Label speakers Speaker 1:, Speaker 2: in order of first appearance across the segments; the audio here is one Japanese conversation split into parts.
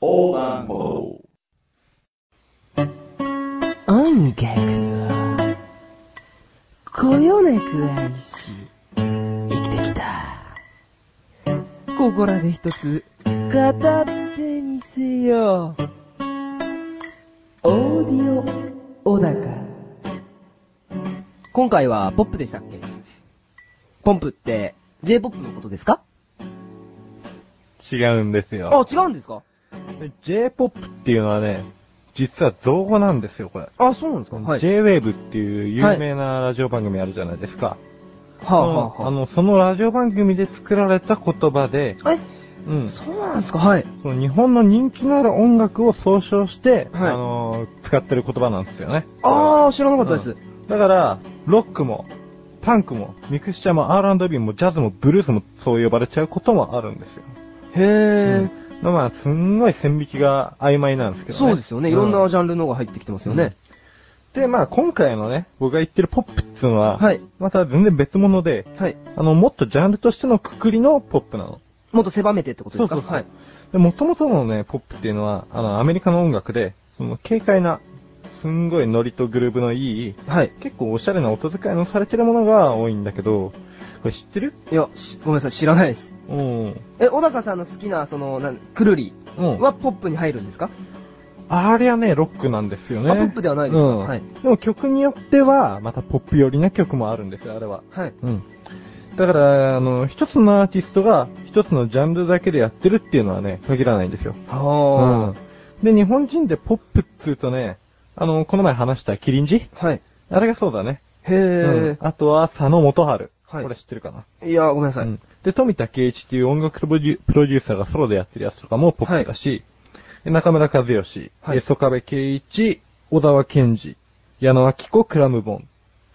Speaker 1: 横断歩道。
Speaker 2: 音楽は、こよなく愛し、生きてきた。ここらで一つ、語ってみせよう。オーディオ、小高。今回はポップでしたっけポンプって、J-POP のことですか
Speaker 3: 違うんですよ。
Speaker 2: あ、違うんですか
Speaker 3: J-POP っていうのはね、実は造語なんですよ、これ。
Speaker 2: あ、そうなんですかはい。
Speaker 3: J-Wave っていう有名なラジオ番組あるじゃないですか。
Speaker 2: はあ、はあ、
Speaker 3: あ
Speaker 2: は
Speaker 3: の、そのラジオ番組で作られた言葉で、
Speaker 2: あ。え、
Speaker 3: うん。そ
Speaker 2: そうなんですかはい。
Speaker 3: の日本の人気のある音楽を総称して、
Speaker 2: はい
Speaker 3: あの、使ってる言葉なんですよね。
Speaker 2: あー、知らなかったです。
Speaker 3: だから、ロックも、パンクも、ミクスチャーも R&B も、ジャズも、ブルースも、そう呼ばれちゃうこともあるんですよ。
Speaker 2: へ
Speaker 3: うんまあ、すんごい線引きが曖昧なんですけ
Speaker 2: ー。
Speaker 3: どね。
Speaker 2: そうですよね。いろん
Speaker 3: う
Speaker 2: なジャンルのが入ってきてますよね。
Speaker 3: で、まあ今回のね、僕が言ってるポップっていうのは、
Speaker 2: はい
Speaker 3: また全然別物で、
Speaker 2: はい。
Speaker 3: あの、もっとジャンルとしてのくくりのポップなの。
Speaker 2: もっと狭めてってことですか
Speaker 3: そうそうそう
Speaker 2: はい。
Speaker 3: で、元々のね、ポップっていうのは、あの、アメリカの音楽で、その、軽快な、すんごいノリとグルーブのいい、
Speaker 2: はい。
Speaker 3: 結構おしゃれな音遣いのされてるものが多いんだけど、これ知ってる
Speaker 2: いや、しごめんなさい、知らないです。
Speaker 3: うん。うん。
Speaker 2: え、小高さんの好きな、その、なん、くるりはポップに入るんですか、
Speaker 3: あれはね、ロックなんですよね。
Speaker 2: あ、ポップではないですか、
Speaker 3: うん
Speaker 2: はい。
Speaker 3: でも曲によっては、またポップ寄りな曲もあるんですよ、あれは。
Speaker 2: はい。
Speaker 3: うん。だから、あの、一つのアーティストが一つのジャンルだけでやってるっていうのはね、限らないんですよ。う
Speaker 2: は
Speaker 3: ん。で、日本人でポップっつうとね、あの、この前話したキリンジ
Speaker 2: あ。はい。
Speaker 3: あれがそうだね。
Speaker 2: へ
Speaker 3: うん
Speaker 2: ー、
Speaker 3: あとは、佐野元春。
Speaker 2: はい
Speaker 3: これ知ってるかな。
Speaker 2: いや、ごめんなさい。
Speaker 3: うん。で、富田圭一っていう音楽プロデュプロデューサーがソロでやってるやつとかもポップだし、で中村和義、
Speaker 2: はい
Speaker 3: え曽我部圭一、小沢健二、矢野明子、クラムボン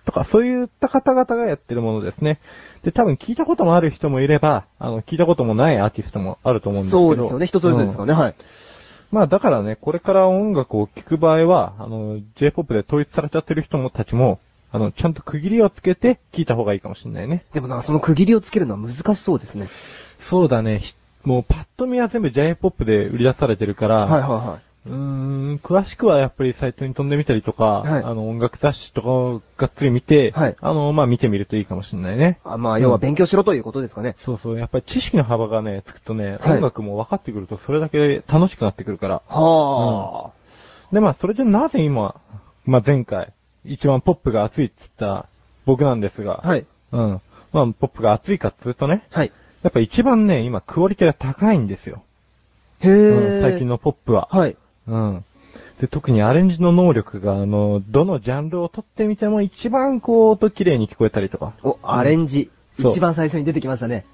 Speaker 3: とか、そういった方々がやってるものですね。で、多分聞いたこともある人もいれば、あの、聞いたこともないアーティストもあると思うんですけ
Speaker 2: そ
Speaker 3: ど。
Speaker 2: うですよね。人それぞれですから
Speaker 3: ね。
Speaker 2: ね。はい。
Speaker 3: まあ、だからね、これから音楽を聴く場合は、あの、J-POP で統一されちゃってる人もたちも、あの、ちゃんと区切りをつけて聞いた方がいいかもしれないね。
Speaker 2: でもなんかその区切りをつけるのは難しそうですね。
Speaker 3: そうだね。ひもうパッと見は全部 J-POP で売り出されてるから、
Speaker 2: はいはいは
Speaker 3: うーん、詳しくはやっぱりサイトに飛んでみたりとか、
Speaker 2: はい
Speaker 3: あの音楽雑誌とかをがっつり見て、
Speaker 2: はい
Speaker 3: あの、まあ見てみるといいかもしれないね
Speaker 2: い。。あまあ、要は勉強しろということですかね。
Speaker 3: そうそう、やっぱり知識の幅がね、つくとね、
Speaker 2: はい
Speaker 3: 音楽も分かってくるとそれだけ楽しくなってくるから。
Speaker 2: は
Speaker 3: で、まあそれでなぜ今、まあ前回、一番ポップが熱いっつった僕なんですが、
Speaker 2: あ。はい。
Speaker 3: うん。まあポップが熱いかっつうとね、
Speaker 2: はい。
Speaker 3: やっぱ一番ね、今クオリティが高いんですよ。
Speaker 2: へ
Speaker 3: う
Speaker 2: ー。
Speaker 3: ん、最近
Speaker 2: の。
Speaker 3: のポップは。
Speaker 2: はい。
Speaker 3: うん。で、特にアレンジの能力が、あの、どのジャンルを取ってみても一番こう、音綺麗に聞こえたりとか。
Speaker 2: お、アレンジ。
Speaker 3: そう
Speaker 2: 一番最初に出てきましたね。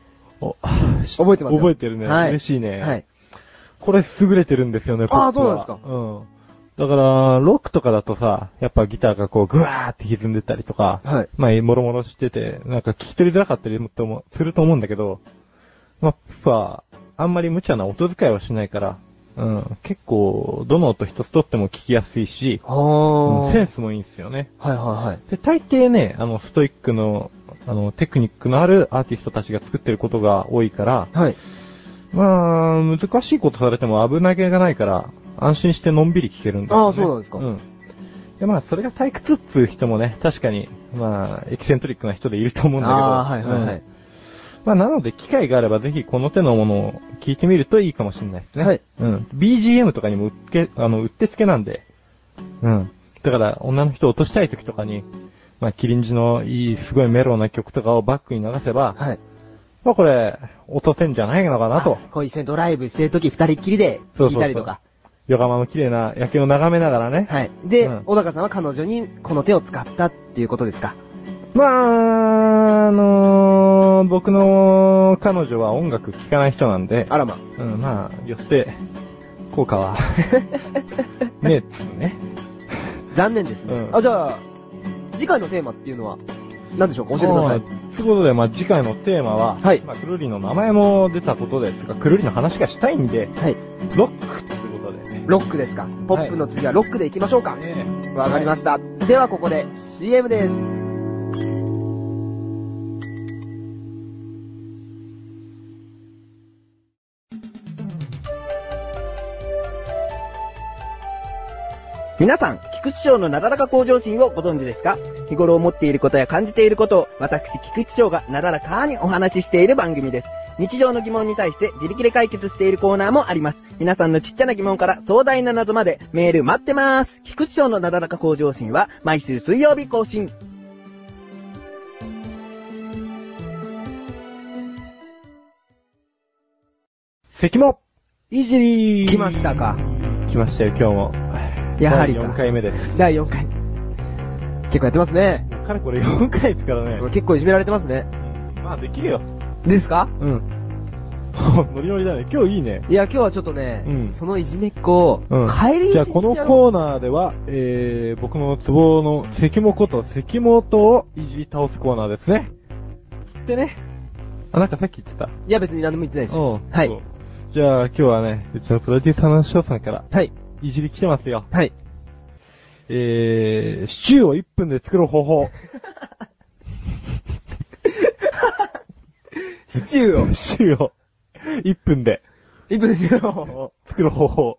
Speaker 3: お
Speaker 2: 覚えてます
Speaker 3: 覚えてるね。
Speaker 2: はい
Speaker 3: 嬉しいね。
Speaker 2: はい。
Speaker 3: これ優れてるんですよね、
Speaker 2: あー
Speaker 3: ポップは
Speaker 2: そうなんですか
Speaker 3: うん。だから、ロックとかだとさ、やっぱギターがこう、グワーって歪んでたりとか、
Speaker 2: はい
Speaker 3: まあ、もろもろしてて、なんか聞き取りづらかったりもとも、すると思うんだけど、まあ、ポップは、あんまり無茶な音遣いはしないから、うん、結構、どの音一つ取っても聞きやすいし、
Speaker 2: あー。
Speaker 3: うんセンスもいいんですよね。
Speaker 2: はいはいはい。
Speaker 3: で、大抵ね、あの、ストイックの、あの、テクニックのあるアーティストたちが作ってることが多いから、
Speaker 2: はい。
Speaker 3: まあ、難しいことされても危なげがないから、安心してのんびり聞けるんだよ、ね。
Speaker 2: ああそうなんですか
Speaker 3: うん。で、まあ、それが退屈っつう人もね、確かに、まあ、エキセントリックな人でいると思うんだけど。
Speaker 2: ああ、はいはいはい
Speaker 3: うん。まあ、なので、機会があればぜひこの手のものを聞いてみるといいかもしれないですね。
Speaker 2: はい。
Speaker 3: うん。BGM とかにもうっけ、あの、うってつけなんで。うん。だから、女の人を落としたい時とかに、まあ、キリンジのいい、すごいメロウな曲とかをバックに流せば、
Speaker 2: はい。
Speaker 3: まあ、これ、落とせんじゃないのかなと。
Speaker 2: こう一緒にドライブしてるとき二人っきりで
Speaker 3: そうそうそう
Speaker 2: 聞いたりとか。
Speaker 3: 横浜の綺麗な夜景を眺めながらね。
Speaker 2: はい。で、
Speaker 3: うん
Speaker 2: 小高さんは彼女にこの手を使ったっていうことですか。
Speaker 3: まあ、あのー僕の彼女は音楽聴かない人なんで、
Speaker 2: あらま。
Speaker 3: うん、まあ、よって、効果 は、ねえっつうね。
Speaker 2: 残念ですね。
Speaker 3: うん
Speaker 2: あ、じゃあ、次回のテーマっていうのは何でしょうか教えてください。
Speaker 3: い。ということで、まあ、次回のテーマは、
Speaker 2: はい
Speaker 3: まあ、くるりの名前も出たことで、つうか、くるりの話がしたいんで、
Speaker 2: はい。
Speaker 3: ロックってことでね。
Speaker 2: ロックですか。ポップの次はロックでいきましょうか。
Speaker 3: ね
Speaker 2: わかりました。ではここで CM です。
Speaker 1: 皆さん、菊池賞のなだらか向上心をご存知ですか日頃思っていることや感じていることを、私、菊池翔がなだらかにお話ししている番組です。日常の疑問に対して自力で解決しているコーナーもあります。皆さんのちっちゃな疑問から壮大な謎までメール待ってます。菊池翔のなだらか向上心は毎週水曜日更新。
Speaker 3: 関も、いじりー
Speaker 2: 来ましたか。
Speaker 3: 来ましたよ、今日も。
Speaker 2: やはりか
Speaker 3: 第4回目です。
Speaker 2: 第4回。結構やってますね。
Speaker 3: かれこれ4回ですからね。
Speaker 2: 結構いじめられてますね。
Speaker 3: まあ、できるよ。
Speaker 2: ですか
Speaker 3: うん。 ノリノリだね。今日いいね。
Speaker 2: いや、今日はちょっとね、
Speaker 3: うん
Speaker 2: そのいじめっ子を、
Speaker 3: うん
Speaker 2: 帰り道に
Speaker 3: じゃあ、このコーナーでは、えー、僕のツボの関もこと関本をいじり倒すコーナーですね。でね。あ、なんかさっき言ってた。
Speaker 2: いや、別に何でも言ってないです。
Speaker 3: うん。
Speaker 2: はい
Speaker 3: そう。じゃあ、今日はね、うちのプロデューサーの翔さんから、
Speaker 2: はい。
Speaker 3: いじり来てますよ。
Speaker 2: はい。
Speaker 3: えー、シチューを1分で作る方法。
Speaker 2: シチュー を。
Speaker 3: シチューを1分で
Speaker 2: 一分ですよ。
Speaker 3: 作る方法。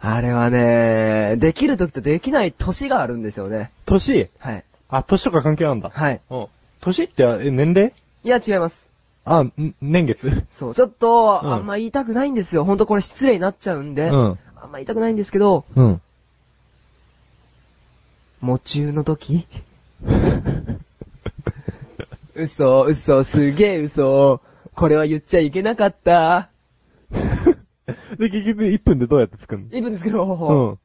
Speaker 2: あれはね、できる時とできない年があるんですよね。
Speaker 3: 年
Speaker 2: はい。
Speaker 3: あ、年とか関係なんだ。
Speaker 2: はい。
Speaker 3: うん。年って、え年齢
Speaker 2: いや、違います。
Speaker 3: あ、ん年月
Speaker 2: そう、ちょっと、
Speaker 3: うん
Speaker 2: あんま言いたくないんですよ。ほんとこれ失礼になっちゃうんで、
Speaker 3: うん
Speaker 2: あんま言いたくないんですけど、
Speaker 3: うん。
Speaker 2: 夢中の時 嘘、嘘、すげえ嘘。これは言っちゃいけなかった。
Speaker 3: で、結局1分でどうやって作る
Speaker 2: 一分ですけど、
Speaker 3: のうん。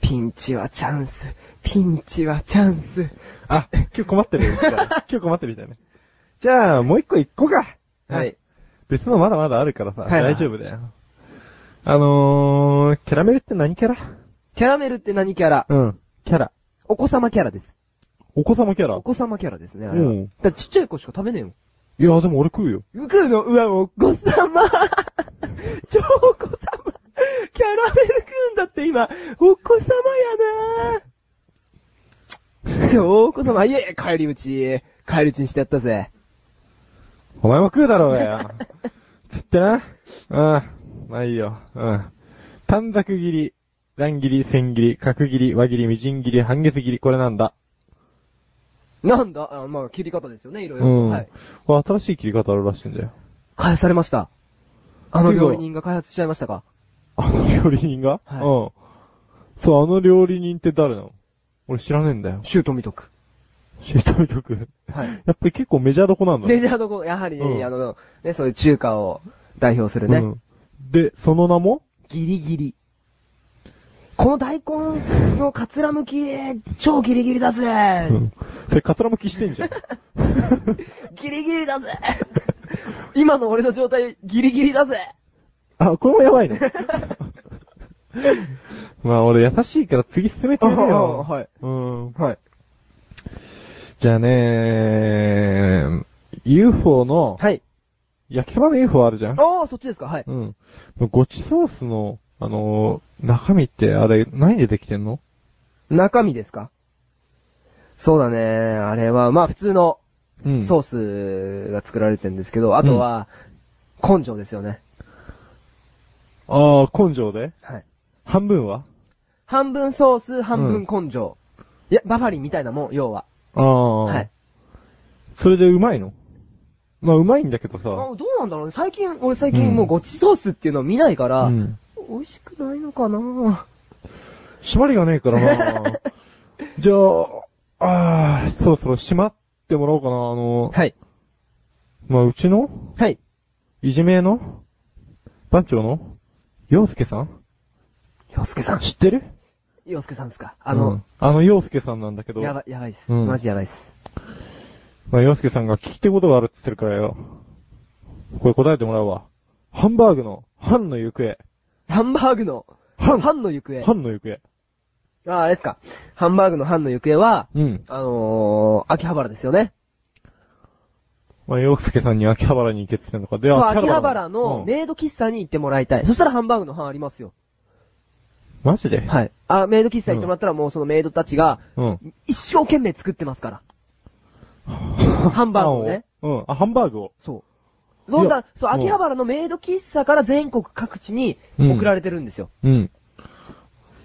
Speaker 2: ピンチはチャンス。ピンチはチャンス。
Speaker 3: あ、今日困ってるよ。みたいな 今日困ってるみたいな。じゃあ、もう一個一個か。
Speaker 2: はい。。
Speaker 3: 別のまだまだあるからさ、
Speaker 2: はいはい
Speaker 3: 大丈夫だよ。あのー、キャラメルって何キャラ
Speaker 2: キャラメルって何キャラ
Speaker 3: うん。キャラ。
Speaker 2: お子様キャラです。
Speaker 3: お子様キャラ
Speaker 2: お。子様キャラですね、あれ
Speaker 3: う
Speaker 2: は。
Speaker 3: ん
Speaker 2: だからちっちゃい子しか食べねえもん。
Speaker 3: いや、でも俺食うよ。
Speaker 2: うくうの、うわ、お子 様超お子様キャラメル食うんだって今、お子様やなぁ超お子様、いやいや、帰り討ち。帰り討ちにしてやったぜ。
Speaker 3: お前も食うだろうがよ。つってな。うん。まあいいよ。うん。短冊切り、乱切り、千切り、角切り、輪切り、みじん切り、半月切り、これなんだ。
Speaker 2: なんだあまあ、切り方ですよね、いろいうろ。
Speaker 3: ん。
Speaker 2: はい。
Speaker 3: これ新しい切り方あるらしいんだよ。
Speaker 2: 開発されました。あの料理人が開発しちゃいましたか
Speaker 3: あの料理人が、
Speaker 2: は
Speaker 3: う
Speaker 2: い
Speaker 3: ん。そう、あの料理人って誰なの俺知らねえんだよ。
Speaker 2: シュート見とく。
Speaker 3: 知りたい曲。
Speaker 2: はい。
Speaker 3: やっぱり結構メジャーどこなんだ
Speaker 2: で、じゃあどこ、やはりね、
Speaker 3: うん
Speaker 2: あの、ね、そういう中華を代表するね。
Speaker 3: うん。で、その名も
Speaker 2: ギリギリ。この大根のカツラむき、超ギリギリだぜ、
Speaker 3: うん。それ、カツラ巻きしてんじゃん。
Speaker 2: ギリギリだぜ今の俺の状態、ギリギリだぜ
Speaker 3: あ、これもやばいね。 まあ、俺優しいから次進めてみるよ。
Speaker 2: あはい。
Speaker 3: うん。
Speaker 2: はい。
Speaker 3: じゃあね UFO の、
Speaker 2: はい。
Speaker 3: 焼きそばの UFO あるじゃん
Speaker 2: ああ、そっちですかはい。
Speaker 3: うん。ごちソースの、あのー中身ってあれ、何でできてんの
Speaker 2: 中身ですかそうだね。あれは、まあ普通の
Speaker 3: うん。
Speaker 2: ソ
Speaker 3: う。
Speaker 2: ースが作られてるんですけど、あとは、根性ですよね。
Speaker 3: ああ、根性で
Speaker 2: はい。
Speaker 3: 半分は
Speaker 2: 半分ソース、半分根性。いや、バファリンみたいなもん、要は。
Speaker 3: ああ。
Speaker 2: はい。。
Speaker 3: それでうまいのまあ、うまいんだけど
Speaker 2: あ
Speaker 3: さ。
Speaker 2: どうなんだろうね。最近、俺最
Speaker 3: う
Speaker 2: 近
Speaker 3: ん
Speaker 2: もうごちソースっていうのを見ないから、
Speaker 3: うん。
Speaker 2: 美味しくないのかな
Speaker 3: 締まりがねえから なじゃあ、ああ、そろそろ締まってもらおうかな。あの、
Speaker 2: はい。
Speaker 3: まあ、うちの、
Speaker 2: はい。
Speaker 3: いじめの、番長の、洋介さん
Speaker 2: 洋介さん。
Speaker 3: 知ってる
Speaker 2: 洋介さんですかあ
Speaker 3: う
Speaker 2: の
Speaker 3: ん、あの洋介さんなんだけど、
Speaker 2: やば、やばいっす。
Speaker 3: うん
Speaker 2: マジやばいっす。
Speaker 3: まあ、洋介さんが聞きたいことがあるって言ってるからよ。これ答えてもらうわ。ハンバーグの、ハンの行方。
Speaker 2: ハンバーグの、
Speaker 3: ハン
Speaker 2: ハンの行方。
Speaker 3: ハンの行方。
Speaker 2: あ、あれですか。ハンバーグのハンの行方は、
Speaker 3: うん。
Speaker 2: あのー、秋葉原ですよね。
Speaker 3: まあ、洋介さんに秋葉原に行けって言ってんのか。で
Speaker 2: そう、
Speaker 3: は
Speaker 2: 秋葉原の
Speaker 3: うん
Speaker 2: メイド喫茶に行ってもらいたい。そしたらハンバーグのハンありますよ。
Speaker 3: マジで
Speaker 2: はい。あ、メイド喫茶行ってもらったらもうそのメイドたちが、
Speaker 3: うん。
Speaker 2: 一生 懸命作ってますから。ハンバーグをね。
Speaker 3: うん。あ、ハンバーグを。
Speaker 2: そう。ゾンさ
Speaker 3: い
Speaker 2: ん
Speaker 3: や、
Speaker 2: そう、秋葉原のメイド喫茶から全国各地に
Speaker 3: うん
Speaker 2: 送られてるんですよ。
Speaker 3: うん。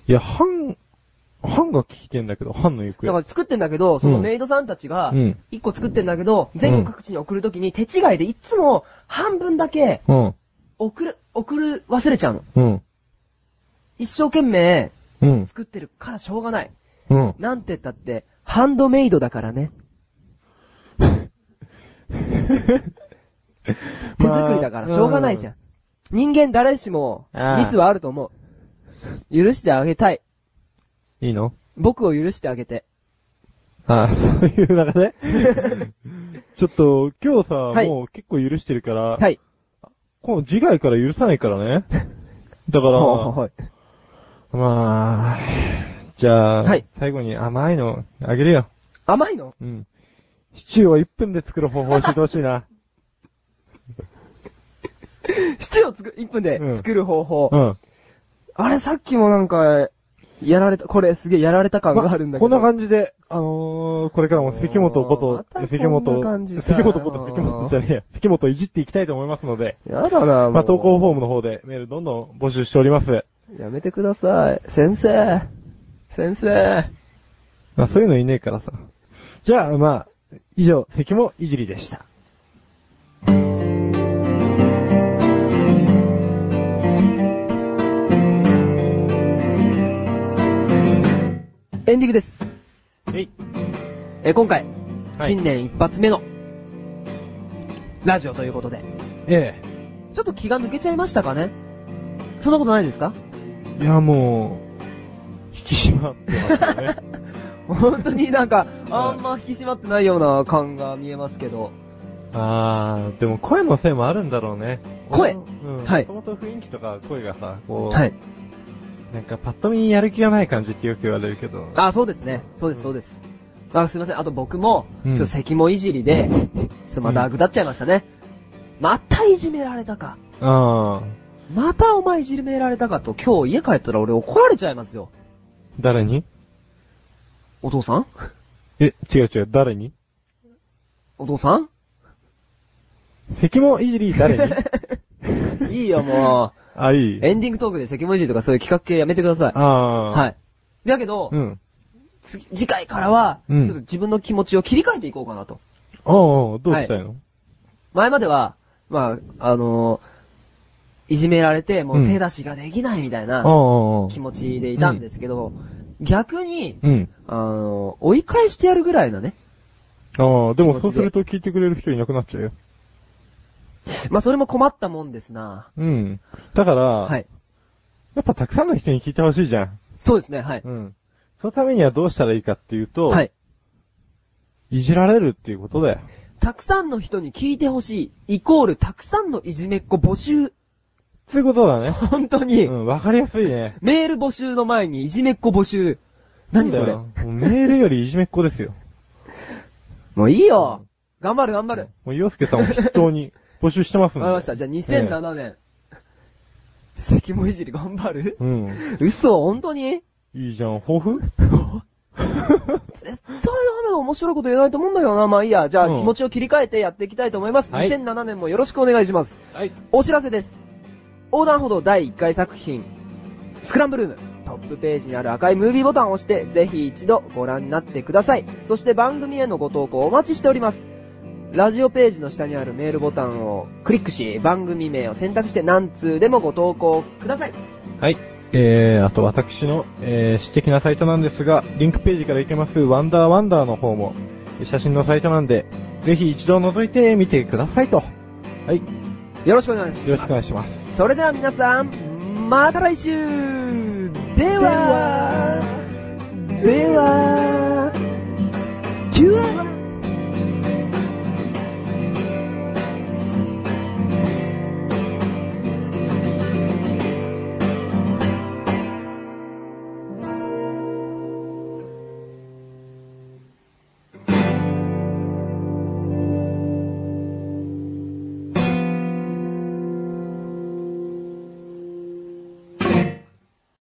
Speaker 3: いや、ハン、ハンが聞いてんだけど、ハンの行
Speaker 2: だ
Speaker 3: 方。
Speaker 2: から作ってんだけど、その
Speaker 3: うん
Speaker 2: メイドさんたちが
Speaker 3: うん、
Speaker 2: 一個作ってんだけど、全国各地に送るときに手違いでいつも半分だけ
Speaker 3: うん。
Speaker 2: 送る、送る忘れちゃうの。
Speaker 3: うん。
Speaker 2: 一生懸命
Speaker 3: うん。
Speaker 2: 作ってるからしょうがない。
Speaker 3: うん。
Speaker 2: なんて言ったって、ハンドメイドだからね。 手作りだからしょうがないじゃん。人間誰しもミスはあると思う。許してあげたい。
Speaker 3: いいの
Speaker 2: 僕を許してあげて。
Speaker 3: ああ、そういう中で ちょっと、今日さ、
Speaker 2: はい
Speaker 3: もう結構許してるから、
Speaker 2: はい。
Speaker 3: この自害から許さない からね。だか
Speaker 2: ほ
Speaker 3: ら、
Speaker 2: うほうほう
Speaker 3: まあ、じゃあ、
Speaker 2: はい
Speaker 3: 最後に甘いのあげるよ。
Speaker 2: 甘いの
Speaker 3: うん。シチューを1分で作る方法を教えてほしい な。
Speaker 2: シチューをつく、1分で作る方法。
Speaker 3: うん。
Speaker 2: あれさっきもなんか、やられた、これすげえやられた感があるんだけ
Speaker 3: まこ
Speaker 2: ど。
Speaker 3: んな感じで、あのー、これからも関本こと
Speaker 2: ま、たこんな
Speaker 3: 関本、
Speaker 2: 感じか
Speaker 3: 関本こと関本じゃねえや、関本をいじっていきたいと思いますので、
Speaker 2: やだな、もう
Speaker 3: まあ、投稿フォームの方でメールどんどん募集しております。
Speaker 2: やめてください。先生。先生。
Speaker 3: まあ、そういうのいねえからさ。じゃあ、まあ、以上、関もいじりでした。
Speaker 2: エンディングです。
Speaker 3: えい。
Speaker 2: えー今回、
Speaker 3: はい
Speaker 2: 新年一発目の、ラジオということで、
Speaker 3: え
Speaker 2: ちょっと気が抜けちゃいましたかねそんなことな いですか
Speaker 3: え。いや、もう、引き締まってますよね。
Speaker 2: 本当になんか、
Speaker 3: は
Speaker 2: あ
Speaker 3: い
Speaker 2: んま引き締まってないような感が見えますけど。
Speaker 3: あー、でも声のせいもあるんだろうね。
Speaker 2: 声
Speaker 3: うん。
Speaker 2: はい
Speaker 3: もともと雰囲気とか声がさ、こう、
Speaker 2: はい。
Speaker 3: なんかパッと見やる気がない感じってよく言われるけど。
Speaker 2: あ、そうですね。そうです、そうです。あ、すいません。あと僕も、ち
Speaker 3: う
Speaker 2: ょ
Speaker 3: ん
Speaker 2: っと咳もいじりで、ちょっとまたぐだっちゃいましたね。またいじめられたか。
Speaker 3: あー、
Speaker 2: またお前いじめられたかと、今日家帰ったら俺怒られちゃいますよ。
Speaker 3: 誰に
Speaker 2: お父さん
Speaker 3: え、違う違う、誰に
Speaker 2: お父さん
Speaker 3: 関もいじり誰 に
Speaker 2: いいよ、もう。
Speaker 3: あ、いい。
Speaker 2: エンディングトークで関文字とかそういう企画系やめてください。
Speaker 3: ああ。。
Speaker 2: はいい。だけど、
Speaker 3: うん。
Speaker 2: 次次回からは、
Speaker 3: うん
Speaker 2: ちょっと自分の気持ちを切り替えていこうかなと。
Speaker 3: ああ、どうしたいの、
Speaker 2: 前までは、まあ、あのーいじめられて、もう手出しができないみたい
Speaker 3: ああ
Speaker 2: な
Speaker 3: ああ。
Speaker 2: 気持ちでいたんですけど、逆に、
Speaker 3: うん。
Speaker 2: あのー追い返してやるぐらいのね。
Speaker 3: ああ、で
Speaker 2: 気持ちで
Speaker 3: もそうすると聞いてくれる人いなくなっちゃうよ。
Speaker 2: まあ、それも困ったもんですな。
Speaker 3: うん。だから、
Speaker 2: はい。
Speaker 3: やっぱたくさんの人に聞いてほしいじゃん。
Speaker 2: そうですね、はい。
Speaker 3: うん。そのためにはどうしたらいいかっていうと、
Speaker 2: はい。
Speaker 3: いじられるっていうことだよ。
Speaker 2: たくさんの人に聞いてほしい、イコール、たくさんのいじめっ子募集。
Speaker 3: そういうことだね。
Speaker 2: 本当に、
Speaker 3: うん、わかりやすいね。
Speaker 2: メール募集の前にいじめっ子募集。 何そ
Speaker 3: だ
Speaker 2: れ
Speaker 3: よもうメールよりいじめっ子ですよ。
Speaker 2: もういいよ。頑張る頑張る。
Speaker 3: もう、洋介さんを筆頭に募集してますん
Speaker 2: わ
Speaker 3: で。
Speaker 2: かりました。じゃあ2007年。関もいじり頑張る
Speaker 3: うん。
Speaker 2: 嘘本当に
Speaker 3: いいじゃん、抱負
Speaker 2: 絶対ダメ面白いこと言えないと思うんだけどな。まあいいや。じゃあ
Speaker 3: うん
Speaker 2: 気持ちを切り替えてやっていきたいと思います。
Speaker 3: はい
Speaker 2: 2007年もよろしくお願いします。
Speaker 3: はい。
Speaker 2: お知らせです。横断歩道第1回作品、スクランブルーム。トップページにある赤いムービーボタンを押して、ぜひ一度ご覧になってください。そして番組へのご投稿お待ちしております。ラジオページの下にあるメールボタンをクリックし、番組名を選択して何通でもご投稿ください。
Speaker 3: はい。えー、あと私の、えー、私的なサイトなんですが、リンクページから行けます、ワンダーワンダーの方も、写真のサイトなんで、ぜひ一度覗いてみてくださいと。はい。よ
Speaker 2: よろしくお願いし
Speaker 3: ろし
Speaker 2: ま
Speaker 3: く
Speaker 2: す。
Speaker 3: お願いします。
Speaker 2: それでは皆さん、また来週では、では、